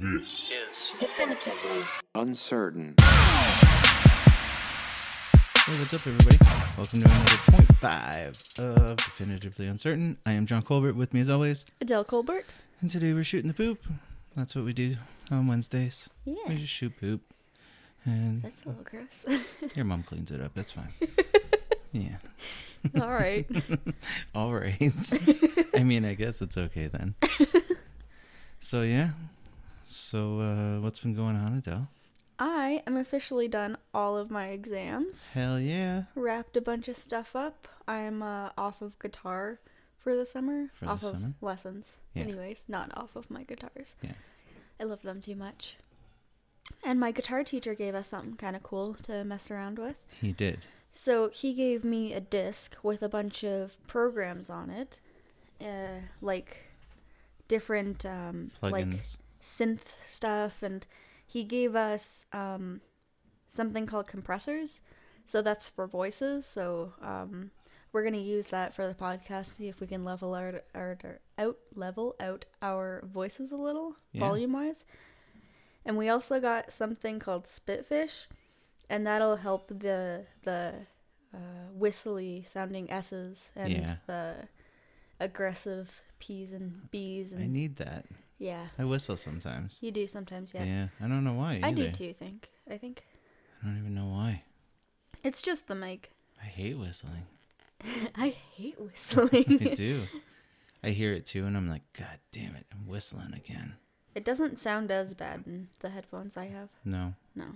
This is definitively Uncertain. Hey, what's up, everybody? Welcome to another point five of Definitively Uncertain. I am John Colbert. With me, as always, Adele Colbert. and today we're shooting the poop. That's what we do on Wednesdays. Yeah. We just shoot poop, and That's a little gross. your mom cleans it up. That's fine. yeah. All right. All right. I mean, I guess it's okay then. so yeah. So uh, what's been going on, Adele? I am officially done all of my exams. Hell yeah. Wrapped a bunch of stuff up. I'm uh, off of guitar for the summer. For the off of summer? lessons. Yeah. Anyways, not off of my guitars. Yeah. I love them too much. And my guitar teacher gave us something kind of cool to mess around with. He did. So he gave me a disc with a bunch of programs on it, uh, like different um, like Plugins. synth stuff and he gave us um, something called compressors so that's for voices so um, we're going to use that for the podcast see if we can level our, our, our- out level out our voices a little Yeah. volume wise and we also got something called spitfish and that'll help the the uh, whistly sounding s's and Yeah. the aggressive p's and b's I and need that. yeah I whistle sometimes. you do sometimes, yeah. Yeah. I don't know why. I do either. too, think. I think. I don't even know why. It's just the mic. I hate whistling. I hate I whistling. do. I hear it too, and I'm like, God damn it, I'm whistling again. it doesn't sound as bad in the headphones I have. No, No.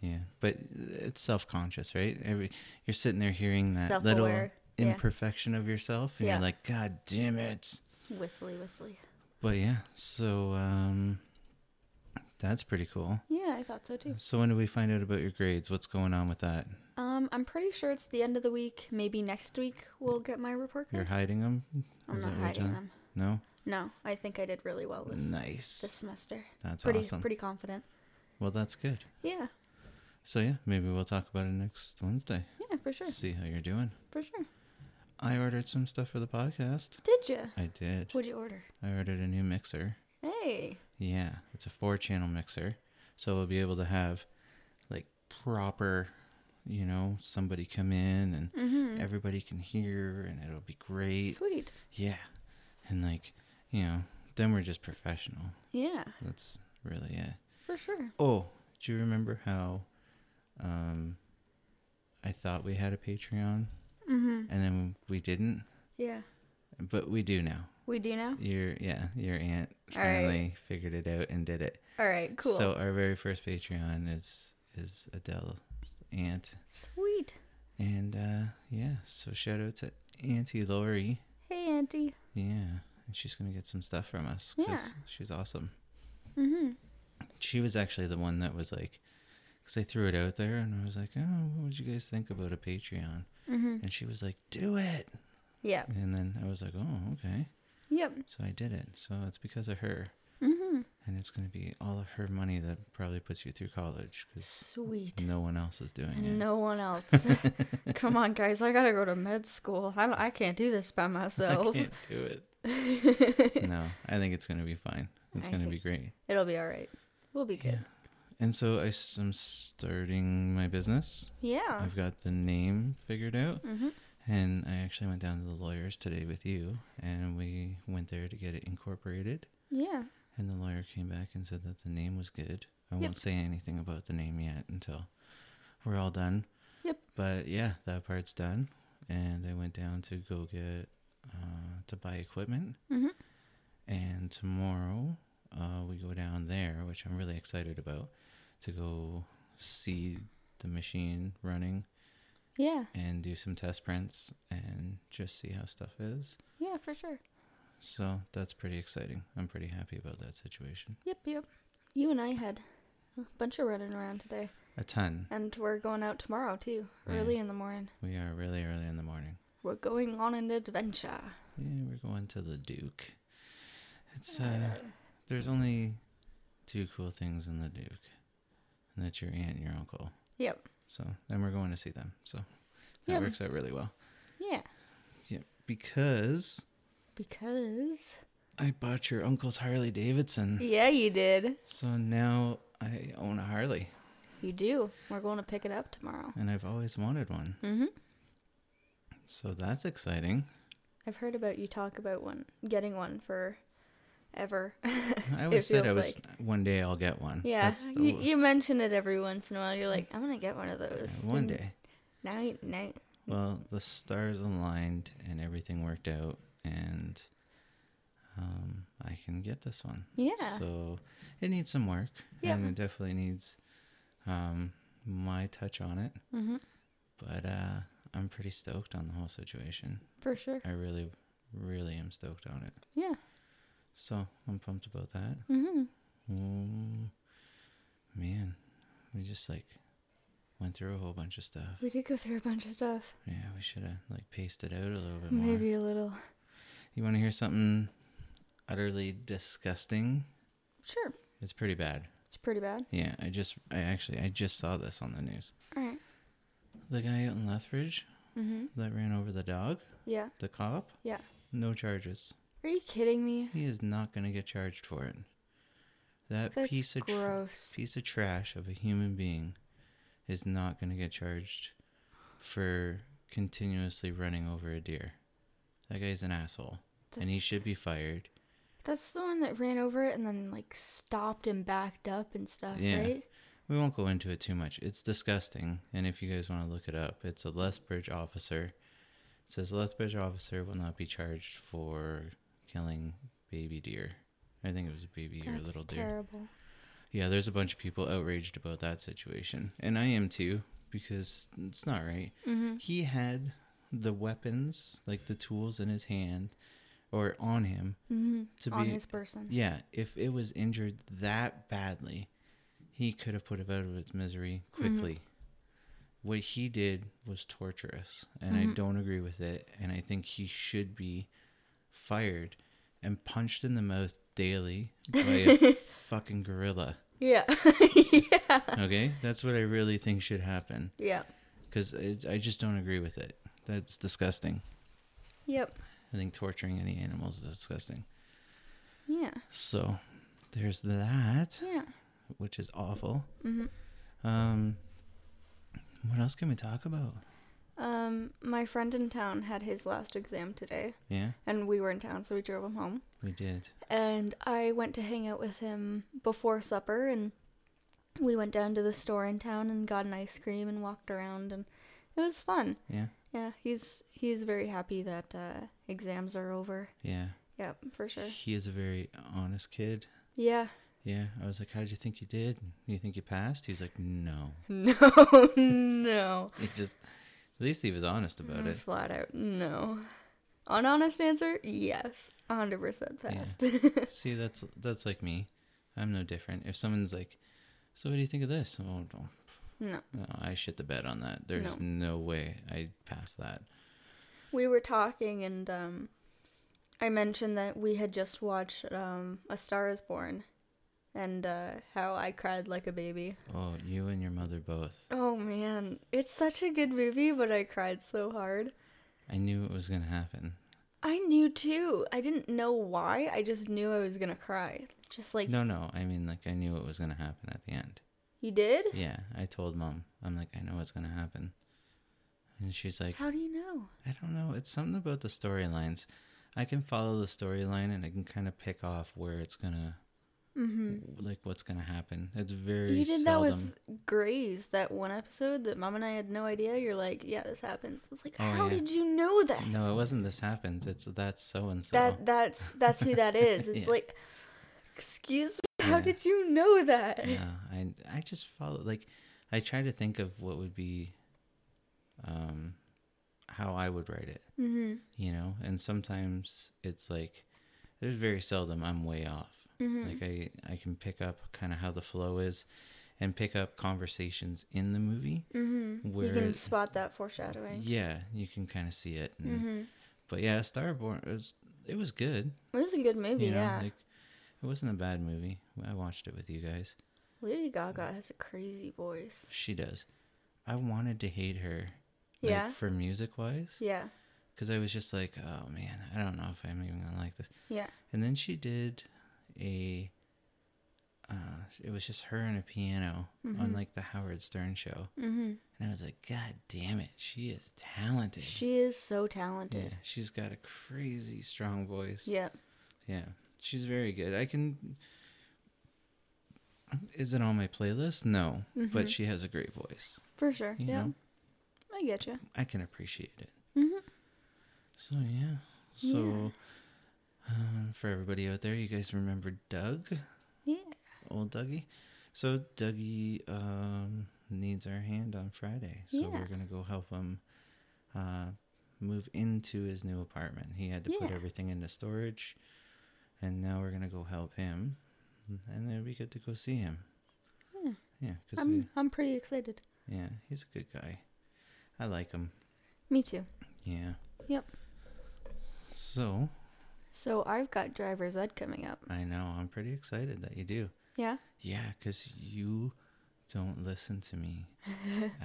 yeah, but it's self-conscious, right? Every you're sitting there hearing that little Self-aware, yeah. imperfection of yourself, and Yeah. you're like, God damn it. Whistly, whistly. But yeah, so um, that's pretty cool. Yeah, I thought so too. So when do we find out about your grades? What's going on with that? Um, I'm pretty sure it's the end of the week. Maybe next week we'll get my report You're card. hiding them? I'm not hiding them. No, No, I think I did really well this nice. this semester. That's pretty awesome. pretty confident. Well, that's good. Yeah. So yeah, maybe we'll talk about it next Wednesday. Yeah, for sure. See how you're doing. For sure. I ordered some stuff for the podcast. Did you? I did. What'd you order? I ordered a new mixer. Hey. Yeah, it's a four channel mixer. So we'll be able to have like proper, you know, somebody come in and everybody can hear and it'll be great. Mm-hmm. Sweet. Yeah. And like, you know, then we're just professional. Yeah, That's really it. for sure. Oh, do you remember how um I thought we had a Patreon Mm-hmm. and then we didn't, Yeah. but we do now. We do now? Your yeah, your aunt All right. finally figured it out and did it. All right, cool. So our very first Patreon is is Adele's aunt, Sweet. and uh, yeah, so shout out to Auntie Lori. Hey, Auntie. Yeah, and she's gonna get some stuff from us. 'cause Yeah. she's awesome. Mm-hmm. She was actually the one that was like, because I threw it out there, and I was like, oh, what would you guys think about a Patreon? Mm-hmm. And she was like, do it. Yep. And then I was like, oh, okay. Yep. So I did it. So it's because of her. Mm-hmm. And it's going to be all of her money that probably puts you through college because Sweet. no one else is doing it. No one else. Come on, guys. I gotta go to med school. I, don't, I can't do this by myself. can't do it. no, I think it's gonna be fine. It's I gonna think- be great. It'll be all right. We'll be good. And so I, am starting my business. Yeah. I've got the name figured out, Mhm. and I actually went down to the lawyers today with you, and we went there to get it incorporated. Yeah. And the lawyer came back and said that the name was good. I won't say anything about the name yet until we're all done. Yep. But yeah, that part's done. And I went down to go get uh, to buy equipment. Mhm. And tomorrow uh, we go down there, which I'm really excited about, to go see the machine running Yeah. and do some test prints and just see how stuff is. Yeah, for sure. So that's pretty exciting. I'm pretty happy about that situation. Yep, yep. You and I had a bunch of running around today. A ton. And we're going out tomorrow, too. Yeah. Early in the morning. We are really early in the morning. We're going on an adventure. Yeah, we're going to the Duke. It's uh there's only two cool things in the Duke. And that's your aunt and your uncle. Yep. So then we're going to see them. So that Yeah. works out really well. Yeah. Yeah. Because Because I bought your uncle's Harley Davidson. Yeah, you did. So now I own a Harley You do. We're going to pick it up tomorrow. and I've always wanted one. Mhm. So that's exciting. I've heard about you talk about one getting one for ever. I always said I feels was one day I'll get one. yeah, That's the, you, you mention it every once in a while. You're like, I'm gonna get one of those. one And day. Now, you, now, you- Well, the stars aligned and everything worked out, and um, I can get this one. yeah. So it needs some work, Yeah. and it definitely needs um, my touch on it. hmm But uh, I'm pretty stoked on the whole situation. For sure. I really, really am stoked on it. Yeah. So I'm pumped about that. hmm Mm, man, we just like went through a whole bunch of stuff. We did go through a bunch of stuff. Yeah, we should have like paced it out a little bit more. Maybe a little. You want to hear something utterly disgusting? Sure. It's pretty bad. It's pretty bad. Yeah, I just, I actually, I just saw this on the news. All right. The guy out in Lethbridge Mm-hmm. that ran over the dog, Yeah. the cop. Yeah. No charges. Are you kidding me? He is not going to get charged for it. That That's piece of tr- gross. piece of trash of a human being is not going to get charged for continuously running over a deer. That guy's an asshole, and he That's- should be fired. That's the one that ran over it and then like stopped and backed up and stuff, Yeah. right? We won't go into it too much. It's disgusting, and if you guys want to look it up, it's a Lethbridge officer. It says Lethbridge officer will not be charged for killing baby deer. I think it was a baby or That's little deer. terrible. Yeah, there's a bunch of people outraged about that situation, and I am too because it's not right. Mm-hmm. He had the weapons, like the tools in his hand or on him Mm-hmm. to On be his person. yeah, if it was injured that badly, he could have put it out of its misery quickly. What he did was torturous, and I don't agree with it. And I think he should be fired and punched in the mouth daily by a fucking gorilla. Yeah. yeah. Okay, that's what I really think should happen Yeah. because I just don't agree with it. That's disgusting. Yep. I think torturing any animals is disgusting. Yeah. So there's that. Yeah. which is awful. Mhm. Um, what else can we talk about? Um, my friend in town had his last exam today, Yeah, and we were in town, so we drove him home. we did. And I went to hang out with him before supper, and we went down to the store in town and got an ice cream and walked around, and it was fun. Yeah, Yeah, he's he's very happy that uh, exams are over. yeah. Yep, for sure. He is a very honest kid. Yeah. Yeah, I was like, "How'd you think you did? You think you passed?" He's like, "No." No, no. It just, at least he was honest about it. Flat out, no. An honest answer, yes, hundred percent Yeah. passed. See, that's that's like me. I'm no different. If someone's like, "So what do you think of this?" Oh, don't. no, No, I shit the bed on that. There's no way I pass that. we were talking, and um, I mentioned that we had just watched um, A Star Is Born, and uh, how I cried like a baby. Oh, you and your mother both. Oh man, it's such a good movie, but I cried so hard. I knew it was gonna happen. I knew too. I didn't know why. I just knew I was gonna cry. Just like No, no. I mean, like, I knew it was going to happen at the end. you did. Yeah, I told mom. I'm like, I know what's going to happen. And she's like, How do you know? I don't know. It's something about the storylines. I can follow the storyline and I can kind of pick off where it's going to, Mm-hmm. like, what's going to happen. It's very You did that seldom. with Grays, that one episode that Mom and I had no idea. You're like, yeah, this happens. It's like, Oh, how yeah. did you know that? No, it wasn't this happens. It's that's so and so. That that's that's who that is. It's Yeah. like, excuse me, how Yeah. did you know that? Yeah, I, I just follow, like, I try to think of what would be, um, how I would write it. Mm-hmm. you know and sometimes it's like there's very seldom i'm way off Mm-hmm. like i i can pick up kind of how the flow is and pick up conversations in the movie Mm-hmm. you where can it- spot that foreshadowing. yeah you can kind of see it and, Mm-hmm. but yeah starborn it was it was good It was a good movie. you know yeah, like it wasn't a bad movie i watched it with you guys Lady Gaga has a crazy voice. she does i wanted to hate her like, Yeah? for music wise Yeah, because I was just like, oh man, I don't know if I'm even gonna like this. Yeah. And then she did a. Uh, it was just her and a piano on like the Howard Stern show, Mm-hmm. and I was like, God damn it, she is talented. She is so yeah, talented. she's got a crazy strong voice. Yeah. Yeah, she's very good. I can. Is it on my playlist? No, Mm-hmm. but she has a great voice. for sure. You yeah. know? I get you. I can appreciate it. Mhm. So yeah, so Um, for everybody out there, you guys remember Doug, Yeah. old Dougie. So Dougie um, needs our hand on Friday, so Yeah. we're gonna go help him uh, move into his new apartment. He had to put Yeah. everything into storage, and now we're gonna go help him, and then we get to go see him. Yeah. Um, Yeah, because I'm I'm pretty excited. yeah, he's a good guy. I like him. Me too. Yeah. Yep. So So I've got driver's ed coming up. I know I'm pretty excited that you do. Yeah. Yeah, because you don't listen to me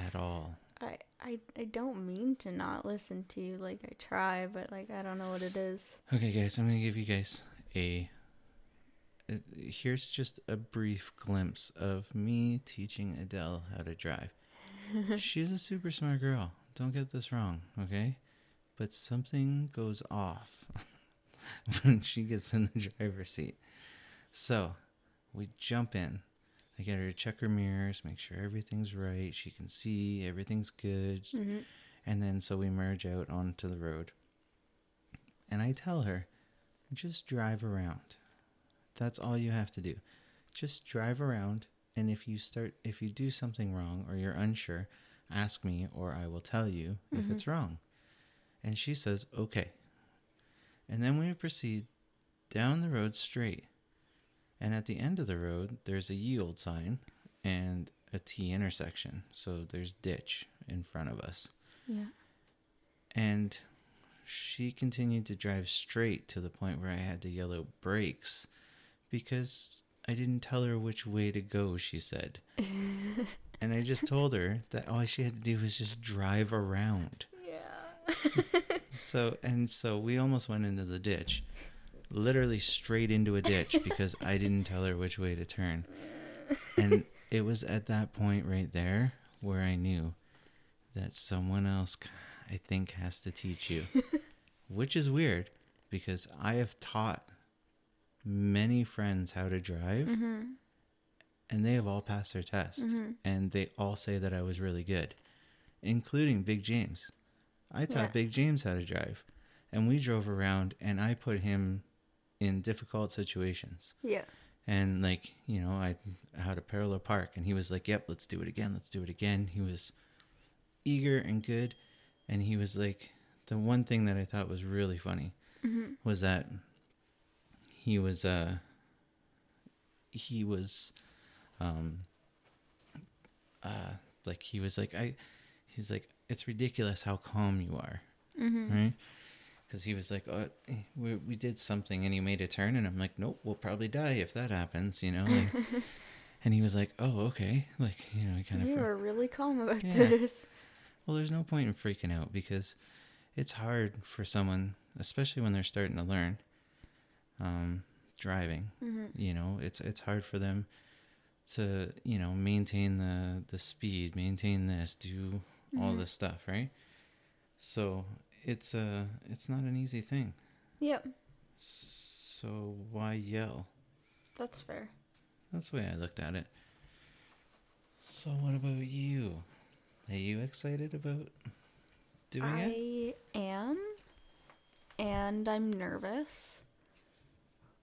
at all. I, I I don't mean to not listen to you. Like I try, but like I don't know what it is. Okay, guys, I'm going to give you guys a. uh, Here's just a brief glimpse of me teaching Adele how to drive. She's a super smart girl. Don't get this wrong, okay? But something goes off when she gets in the driver's seat. So we jump in. I get her to check her mirrors, make sure everything's right. She can see, everything's good. And then so we merge out onto the road. And I tell her, just drive around. That's all you have to do. Just drive around. And if you start, if you do something wrong or you're unsure, ask me or I will tell you if it's wrong. And she says, okay. And then we proceed down the road straight. And at the end of the road, there's a yield sign and a T intersection. So there's ditch in front of us. Yeah. And she continued to drive straight to the point where I had to yell out brakes because I didn't tell her which way to go, she said. and I just told her that all she had to do was just drive around. Yeah. So, and so we almost went into the ditch, literally straight into a ditch because I didn't tell her which way to turn. And it was at that point right there where I knew that someone else, k- I think, has to teach you, which is weird because I have taught many friends how to drive and they have all passed their test and they all say that I was really good, including Big James. I taught Yeah. Big James how to drive, and we drove around, and I put him in difficult situations. Yeah. And like you know, I had a parallel park, and he was like, "Yep, let's do it again. Let's do it again." He was eager and good, and he was like, the one thing that I thought was really funny was that he was uh he was um uh like he was like I he's like it's ridiculous how calm you are Mm-hmm. right? Because he was like, oh, eh, we, we did something and he made a turn. And I'm like, nope, we'll probably die if that happens, you know? Like, and he was like, oh, okay. Like, you know, he kind of. You were really calm about Yeah. this. Well, there's no point in freaking out because it's hard for someone, especially when they're starting to learn um, driving. You know, it's it's hard for them to you know maintain the the speed, maintain this, do all this stuff, right? So it's a it's not an easy thing. Yep. So why yell? That's fair. That's the way I looked at it. So what about you? Are you excited about doing it? I am, and I'm nervous.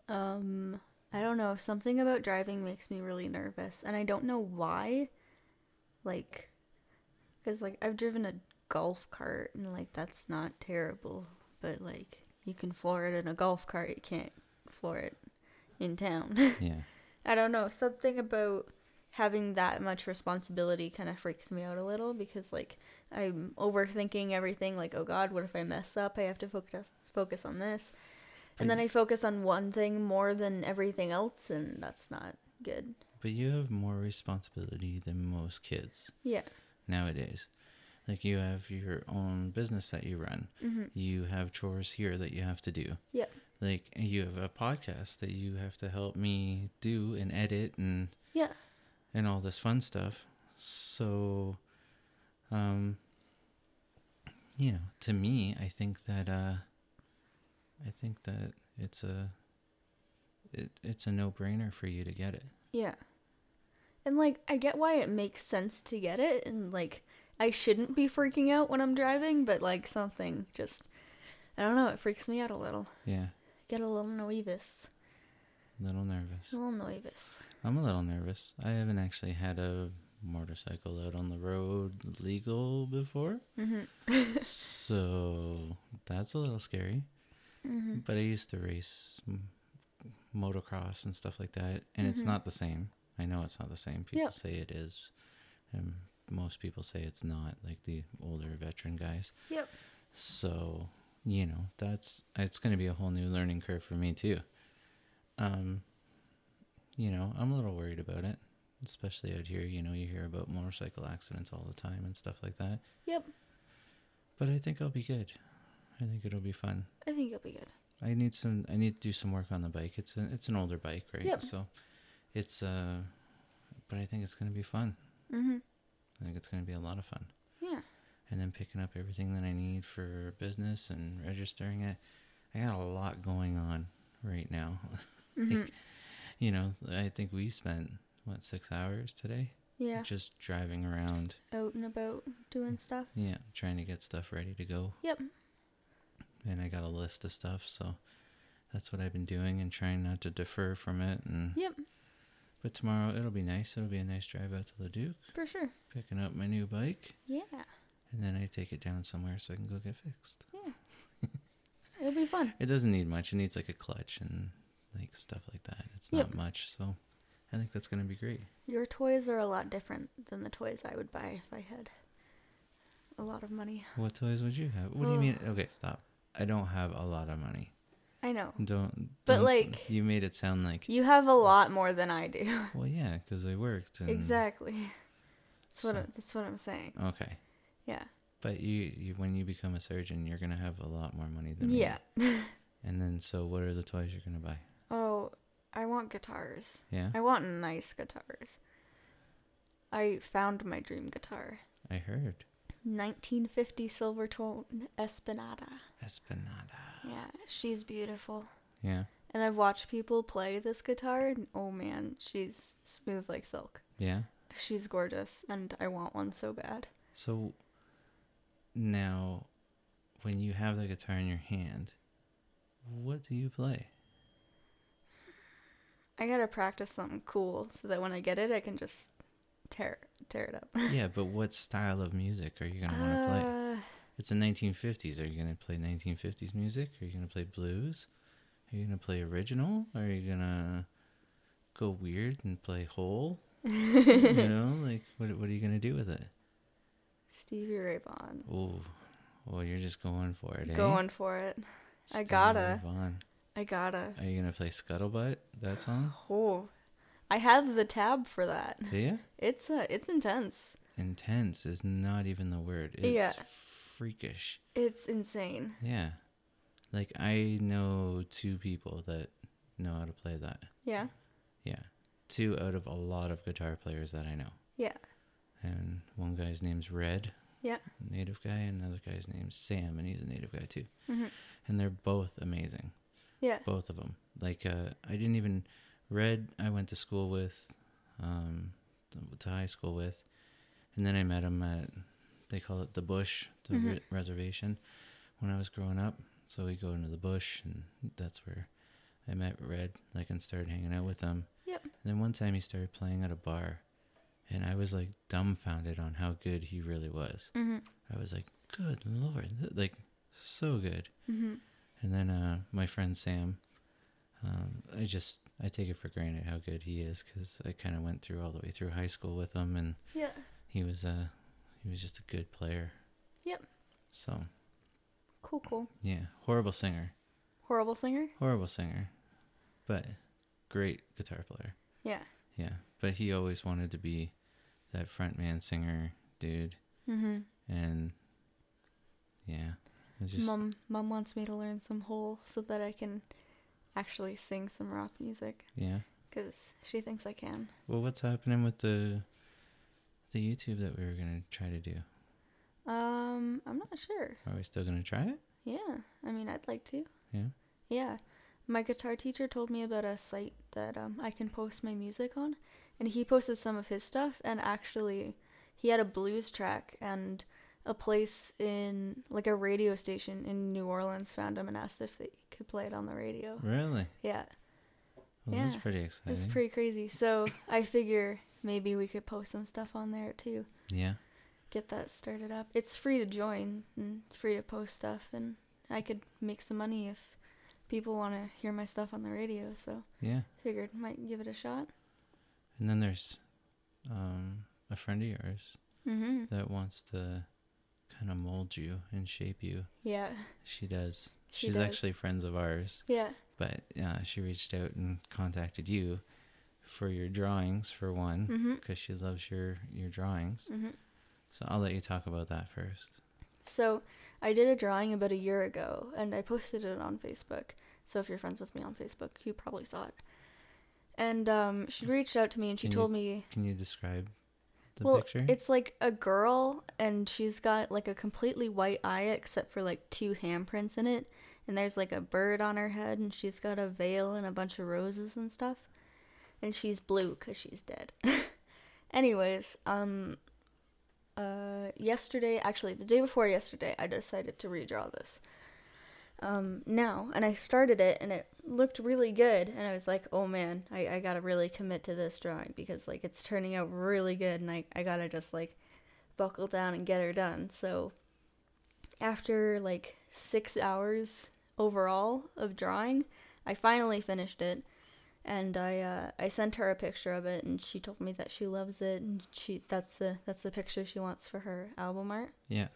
Um, I don't know. Something about driving makes me really nervous, and I don't know why. Like, because like I've driven a golf cart, and like that's not terrible, but like you can floor it in a golf cart, you can't floor it in town. Yeah. I don't know, something about having that much responsibility kind of freaks me out a little because like I'm overthinking everything like oh god, what if I mess up? I have to focus focus on this. And then I focus on one thing more than everything else and that's not good. But you have more responsibility than most kids Yeah. nowadays. Like you have your own business that you run. Mm-hmm. You have chores here that you have to do. Yep. Like you have a podcast that you have to help me do and edit and Yeah. and all this fun stuff. So, um, you know, to me, I think that uh, I think that it's a it, it's a no brainer for you to get it. Yeah. And like I get why it makes sense to get it and like I shouldn't be freaking out when I'm driving, but like something just I don't know, it freaks me out a little. Yeah, Get a little nervous. a little nervous. A little nervous. I'm a little nervous. I haven't actually had a motorcycle out on the road legal before, Mhm. so that's a little scary. Mhm. But I used to race m- motocross and stuff like that, and it's Mhm. not the same. I know it's not the same. People Yep. say it is, and most people say it's not, like the older veteran guys. Yep. So, you know, that's it's going to be a whole new learning curve for me too. Um you know, I'm a little worried about it, especially out here, you know, you hear about motorcycle accidents all the time and stuff like that. Yep. But I think I'll be good. I think it'll be fun. I think you'll be good. I need some. I need to do some work on the bike. It's an it's an older bike, right? Yep. So, it's uh, but I think it's gonna be fun. Mhm. I think it's gonna be a lot of fun. Yeah. And then picking up everything that I need for business and registering it. I got a lot going on right now. Mhm. You know, I think we spent what six hours today Yeah. just driving around. Out and about doing stuff. Yeah, trying to get stuff ready to go. Yep. And I got a list of stuff, so that's what I've been doing and trying not to defer from it. And Yep. But tomorrow it'll be nice. It'll be a nice drive out to Leduc, For sure. picking up my new bike, Yeah. and then I take it down somewhere so I can go get fixed. It'll be fun. It doesn't need much. It needs like a clutch and like stuff like that. It's not Yep. much, so I think that's gonna be great. Your toys are a lot different than the toys I would buy if I had a lot of money. What toys would you have? What do Oh. you mean? Okay, stop. I don't have a lot of money. I know. Don't. But, don't s- like- you made it sound like. You have a lot more than I do. Well, yeah, because I worked. And, Exactly. That's what So- I- that's what I'm saying. Okay, Yeah. but you, you when you become a surgeon, you're gonna have a lot more money than me. yeah. And then, so what are the toys you're gonna buy? Oh, I want guitars. Yeah, I want nice guitars. I found my dream guitar. I heard 1950 Silvertone Espinada. Espinada. Yeah, she's beautiful. Yeah. And I've watched people play this guitar and oh man, she's smooth like silk. Yeah. She's gorgeous and I want one so bad. So now, when you have the guitar in your hand, what do you play? I got to practice something cool so that when I get it I can just tear tear it up. yeah, but what style of music are you going to want to play? Uh, It's the 1950s. Are you going to play 1950s music? Are you going to play blues? Are you going to play original? Are you going to go weird and play whole? you know, like what what are you going to do with it? Stevie Ray Vaughan. Oh, well, you're just going for it, eh? Going for it. I Stevie gotta. Vaughan. I gotta. Are you going to play Scuttlebutt, that song? Oh, I have the tab for that. Do you? It's uh, it's intense. intense is not even the word. It's Yeah. freakish. It's insane. Yeah. Like I know two people that know how to play that. Yeah, Yeah. Two out of a lot of guitar players that I know. yeah, And one guy's name's Red, yeah. native guy, and the other guy's name's Sam, and he's a native guy too. Mhm. And they're both amazing. Yeah. Both of them. Like uh I didn't even Red I went to school with um to high school with. And then I met him at they call it the bush, the Mhm. re- reservation when I was growing up. So we go into the bush and that's where I met Red like and started hanging out with him. Yep. And then one time he started playing at a bar and I was like dumbfounded on how good he really was. Mm-hmm. I was like, "Good lord, th- like so good." Mm-hmm. And then uh, my friend Sam, um, I just I take it for granted how good he is because I kind of went through all the way through high school with him, and Yeah. he was uh, he was just a good player. Yep. So Cool, cool. yeah, horrible singer, Horrible singer. horrible singer, but great guitar player. Yeah. Yeah, but he always wanted to be that frontman singer dude, Mm-hmm. and yeah, it's just Mom, mom wants me to learn some whole so that I can actually sing some rock music yeah. because she thinks I can. Well, what's happening with the the YouTube that we were gonna try to do? Um, I'm not sure. Are we still gonna try it? Yeah, I mean, I'd like to. Yeah. Yeah. My guitar teacher told me about a site that um, I can post my music on, and he posted some of his stuff. And actually, he had a blues track, and a place in like a radio station in New Orleans found him and asked if they could play it on the radio. Really? Yeah, Well, that's Oh. Yeah. pretty exciting. it's pretty crazy. So I figure maybe we could post some stuff on there too. Yeah. Get that started up. It's free to join and it's free to post stuff, and I could make some money if people want to hear my stuff on the radio. So. Yeah. Figured might give it a shot. And then there's um, a friend of yours Mm-hmm. that wants to kind of mold you and shape you. Yeah. She does. She She's does. actually friends of ours, Yeah. but uh, she reached out and contacted you for your drawings for one Mm-hmm. because she loves your your drawings. Mm-hmm. So I'll let you talk about that first. So I did a drawing about a year ago, and I posted it on Facebook. So if you're friends with me on Facebook, you probably saw it. And um, she reached out to me, and she Can you told me, Can you describe the "Well, picture? it's like a girl, and she's got like a completely white eye, except for like two handprints in it. And there's like a bird on her head, and she's got a veil and a bunch of roses and stuff. And she's blue because she's dead." Anyways, um, uh, yesterday, actually the day before yesterday, I decided to redraw this. Um, now, and I started it, and it looked really good, and I was like, oh man, I, I gotta really commit to this drawing because like it's turning out really good, and I, I gotta just like buckle down and get her done. So after like six hours overall of drawing, I finally finished it and I uh, I sent her a picture of it, and she told me that she loves it, and she that's the that's the picture she wants for her album art. yeah.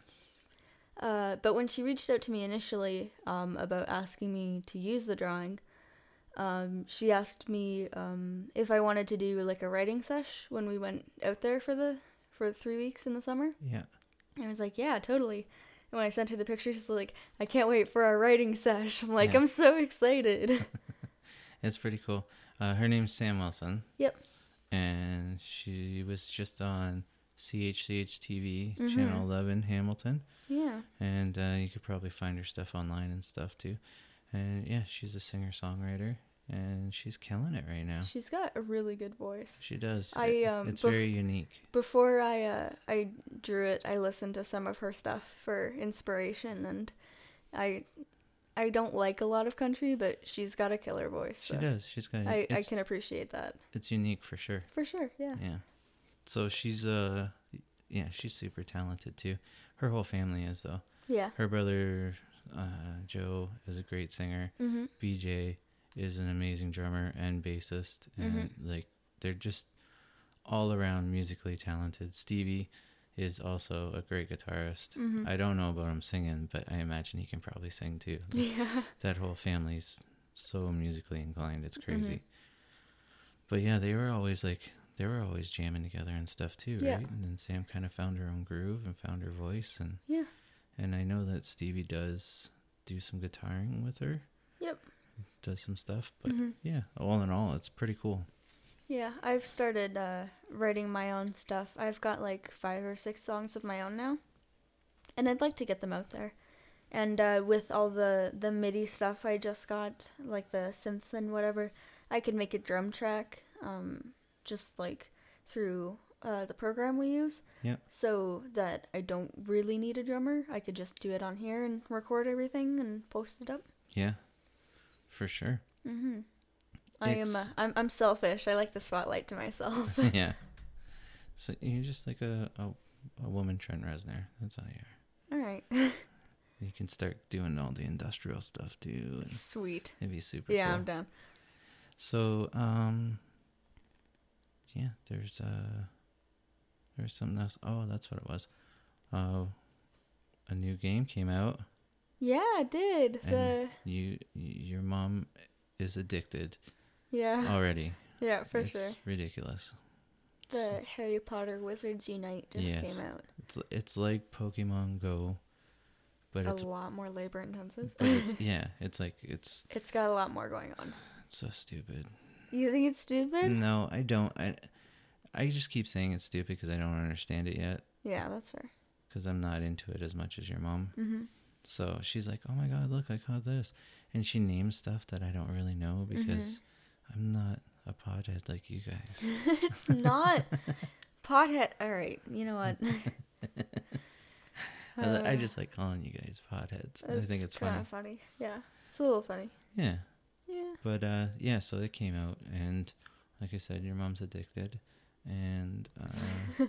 Uh, but when she reached out to me initially um, about asking me to use the drawing, um, she asked me um, if I wanted to do like a writing sesh when we went out there for the for three weeks in the summer. Yeah. And I was like, yeah, totally. And when I sent her the picture, she's like, I can't wait for our writing sesh. I'm like, Yeah. I'm so excited. It's pretty cool. Uh, her name's Sam Wilson. Yep. And she was just on CHCH TV, Mhm. Channel 11, Hamilton. yeah. And uh, you could probably find her stuff online and stuff too. And yeah, she's a singer songwriter and she's killing it right now. She's got a really good voice. She does. I, It- um, it's bef- very unique. Before I uh, I drew it, I listened to some of her stuff for inspiration, and I I don't like a lot of country, but she's got a killer voice. She so does. She's got. I, I it's, can appreciate that it's unique for sure. for sure. Yeah. Yeah. So she's uh, yeah, she's super talented too. Her whole family is though. Yeah. Her brother uh, Joe is a great singer. Mm-hmm. BJ is an amazing drummer and bassist, and Mm-hmm. like they're just all around musically talented. Stevie is also a great guitarist. Mhm. I don't know about him singing, but I imagine he can probably sing too. Yeah. That whole family's so musically inclined; it's Mm-hmm. crazy. But yeah, they were always like they were always jamming together and stuff too, Yeah. right? And then Sam kind of found her own groove and found her voice, and Yeah. and I know that Stevie does do some guitaring with her. Yep. Does some stuff, but Mhm. yeah, all in all, it's pretty cool. Yeah. I've started uh, writing my own stuff. I've got like five or six songs of my own now, and I'd like to get them out there. and uh, with all the the MIDI stuff I just got, like the synths and whatever, I could make a drum track, um, just like through uh, the program we use. Yeah. So that I don't really need a drummer, I could just do it on here and record everything and post it up. Yeah, for sure. Mm-hmm. I am. Uh, It's- I'm. I'm selfish. I like the spotlight to myself. yeah. So you're just like a, a a woman Trent Reznor. That's all you are. all right. You can start doing all the industrial stuff too, and Sweet. it'd be super. Yeah, cool. I'm down. So um. Yeah, there's uh, there's something else. Oh, that's what it was. Uh, a new game came out. Yeah, I did. And- The you your mom is addicted yeah. already Yeah, for Oh, it's sure. ridiculous The Harry Potter Wizards Unite just Yes. came out. It's it's like Pokemon Go, but A it's lot more labor intensive. but it's yeah, it's like it's it's got a lot more going on. it's so stupid. You think it's stupid? No, I don't. I I just keep saying it's stupid because I don't understand it yet Yeah, that's fair. because I'm not into it as much as your mom. Mm-hmm. So she's like, "Oh my god, look, I caught this," and she names stuff that I don't really know because I'm not a pothead like you guys. it's not pothead. All right, you know what? I- Uh, I just like calling you guys potheads. I think it's kind funny. of funny. Yeah, it's a little funny. Yeah. Yeah. But uh, yeah, so it came out, and like I said, your mom's addicted, and uh,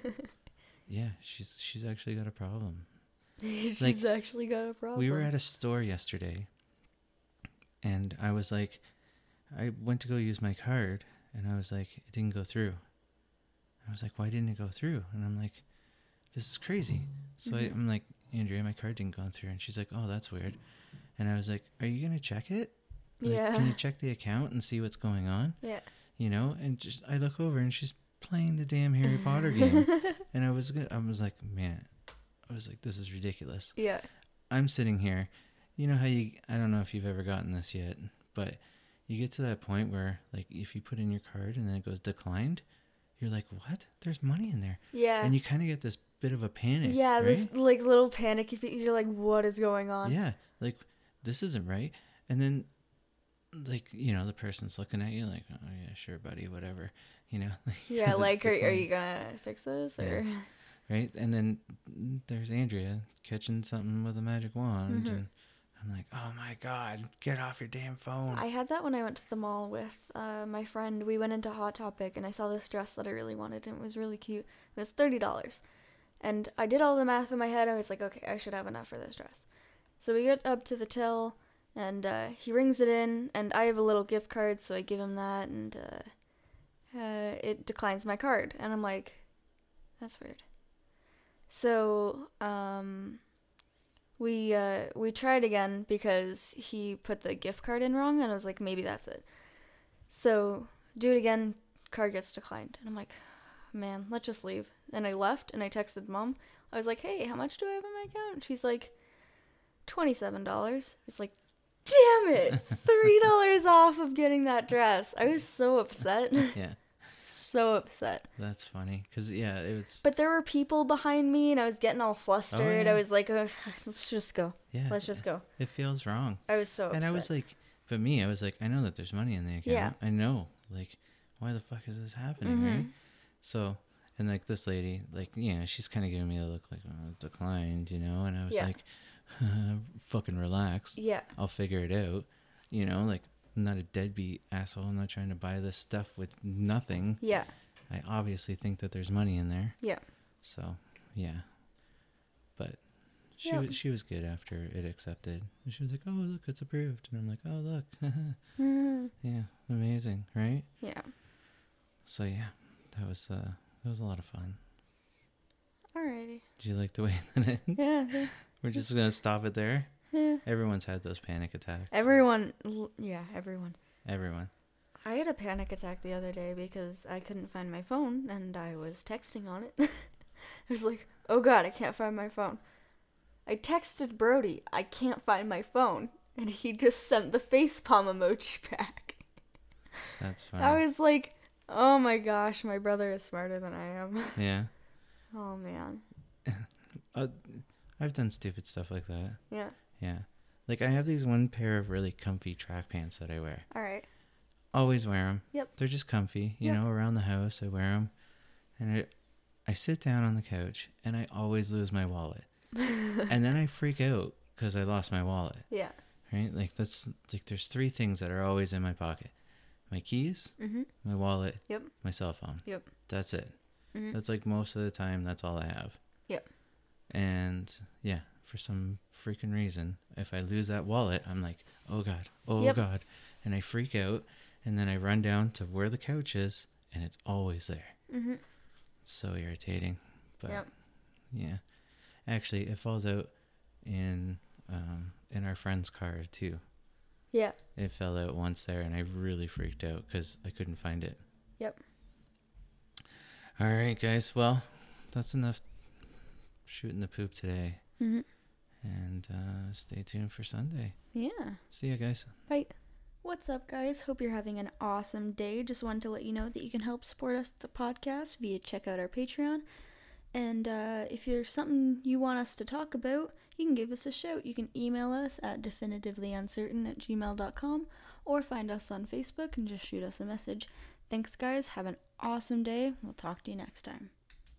yeah, she's she's actually got a problem. She's Like, actually got a problem. We were at a store yesterday, and I was like, I went to go use my card, and I was like, it didn't go through. I was like, why didn't it go through? And I'm like, this is crazy. So I, Mhm. I'm like, Andrea, my card didn't go through, and she's like, oh, that's weird. And I was like, are you gonna check it? Like, yeah. Can you check the account and see what's going on? yeah. you know and just i look over and she's playing the damn harry potter game and i was gonna- i was like man i was like this is ridiculous Yeah. i'm sitting here you know how you i don't know if you've ever gotten this yet but you get to that point where like if you put in your card and then it goes declined you're like what there's money in there Yeah. and you kind of get this bit of a panic yeah. right? This like little panic. If you're like, what is going on? yeah like this isn't right and then like you know the person's looking at you like oh yeah sure buddy whatever you know Yeah, 'cause it's like, are, are declined. you gonna fix this Yeah. or? right? And then there's Andrea catching something with a magic wand, Mm-hmm. and I'm like, oh my god, get off your damn phone. I had that when I went to the mall with uh, my friend. We went into Hot Topic and I saw this dress that I really wanted and it was really cute. It was thirty dollars, and I did all the math in my head. I was like, okay, I should have enough for this dress. So we get up to the till, and uh, he rings it in, and I have a little gift card, so I give him that, and uh, uh, it declines my card, and I'm like, that's weird. So um, we uh we tried again because he put the gift card in wrong and i was like maybe that's it so do it again card gets declined and i'm like man let's just leave and i left and i texted mom i was like hey how much do i have in my account and she's like $27 it's like damn it three dollars off of getting that dress i was so upset yeah, so upset that's funny because yeah, it was but there were people behind me and i was getting all flustered Oh, yeah. i was like "Ugh, let's just go yeah, let's just go it feels wrong. I was so upset. And I was like, for me, I was like, I know that there's money in the account. Yeah. Mm-hmm. I know, like, why the fuck is this happening, right? So. And like this lady, like you know, she's kind of giving me a look like uh, declined, you know. And I was Yeah. like, "Fucking relax." yeah, I'll figure it out. You know, like I'm not a deadbeat asshole. I'm not trying to buy this stuff with nothing. yeah, I obviously think that there's money in there. yeah. So, yeah. But she Yeah. was she was good after it accepted. And she was like, "Oh, look, it's approved." And I'm like, "Oh, look. Mm-hmm. yeah, amazing, right?" yeah. So, yeah. That was uh that was a lot of fun. Alrighty. Do you like the way that it ends? Yeah. yeah, We're just going to stop it there. yeah. Everyone's had those panic attacks. Everyone, l- yeah, everyone. Everyone. I had a panic attack the other day because I couldn't find my phone and I was texting on it. I was like, oh god, I can't find my phone. I texted Brody, I can't find my phone. And he just sent the facepalm emoji back. That's fine. I was like, oh my gosh, my brother is smarter than I am. yeah. Oh man. Uh, I've done stupid stuff like that. Yeah. Yeah. Like I have these one pair of really comfy track pants that I wear. Alright. Always wear them. Yep. They're just comfy, you Yep. know, around the house I wear them. And I I sit down on the couch and I always lose my wallet. and then I freak out cuz I lost my wallet, Yeah. right? Like that's like there's three things that are always in my pocket. My keys, Mm-hmm. my wallet, Yep. my cell phone. Yep. That's it. Mhm. That's like most of the time. That's all I have. Yep. And yeah, for some freaking reason, if I lose that wallet, I'm like, oh god, oh Yep. god, and I freak out, and then I run down to where the couch is, and it's always there. Mm-hmm. It's so irritating. But Yep. yeah, actually, it falls out in um, in our friend's car too. Yeah. It fell out once there, and I really freaked out because I couldn't find it. Yep. All right, guys. Well, that's enough shooting the poop today. Mhm. And uh, stay tuned for Sunday. Yeah. See you guys. Bye. What's up, guys? Hope you're having an awesome day. Just wanted to let you know that you can help support us at the podcast via check out our Patreon. And uh, if there's something you want us to talk about, you can give us a shout. You can email us at definitivelyuncertain at gmail.com or find us on Facebook and just shoot us a message. Thanks, guys. Have an awesome day. We'll talk to you next time.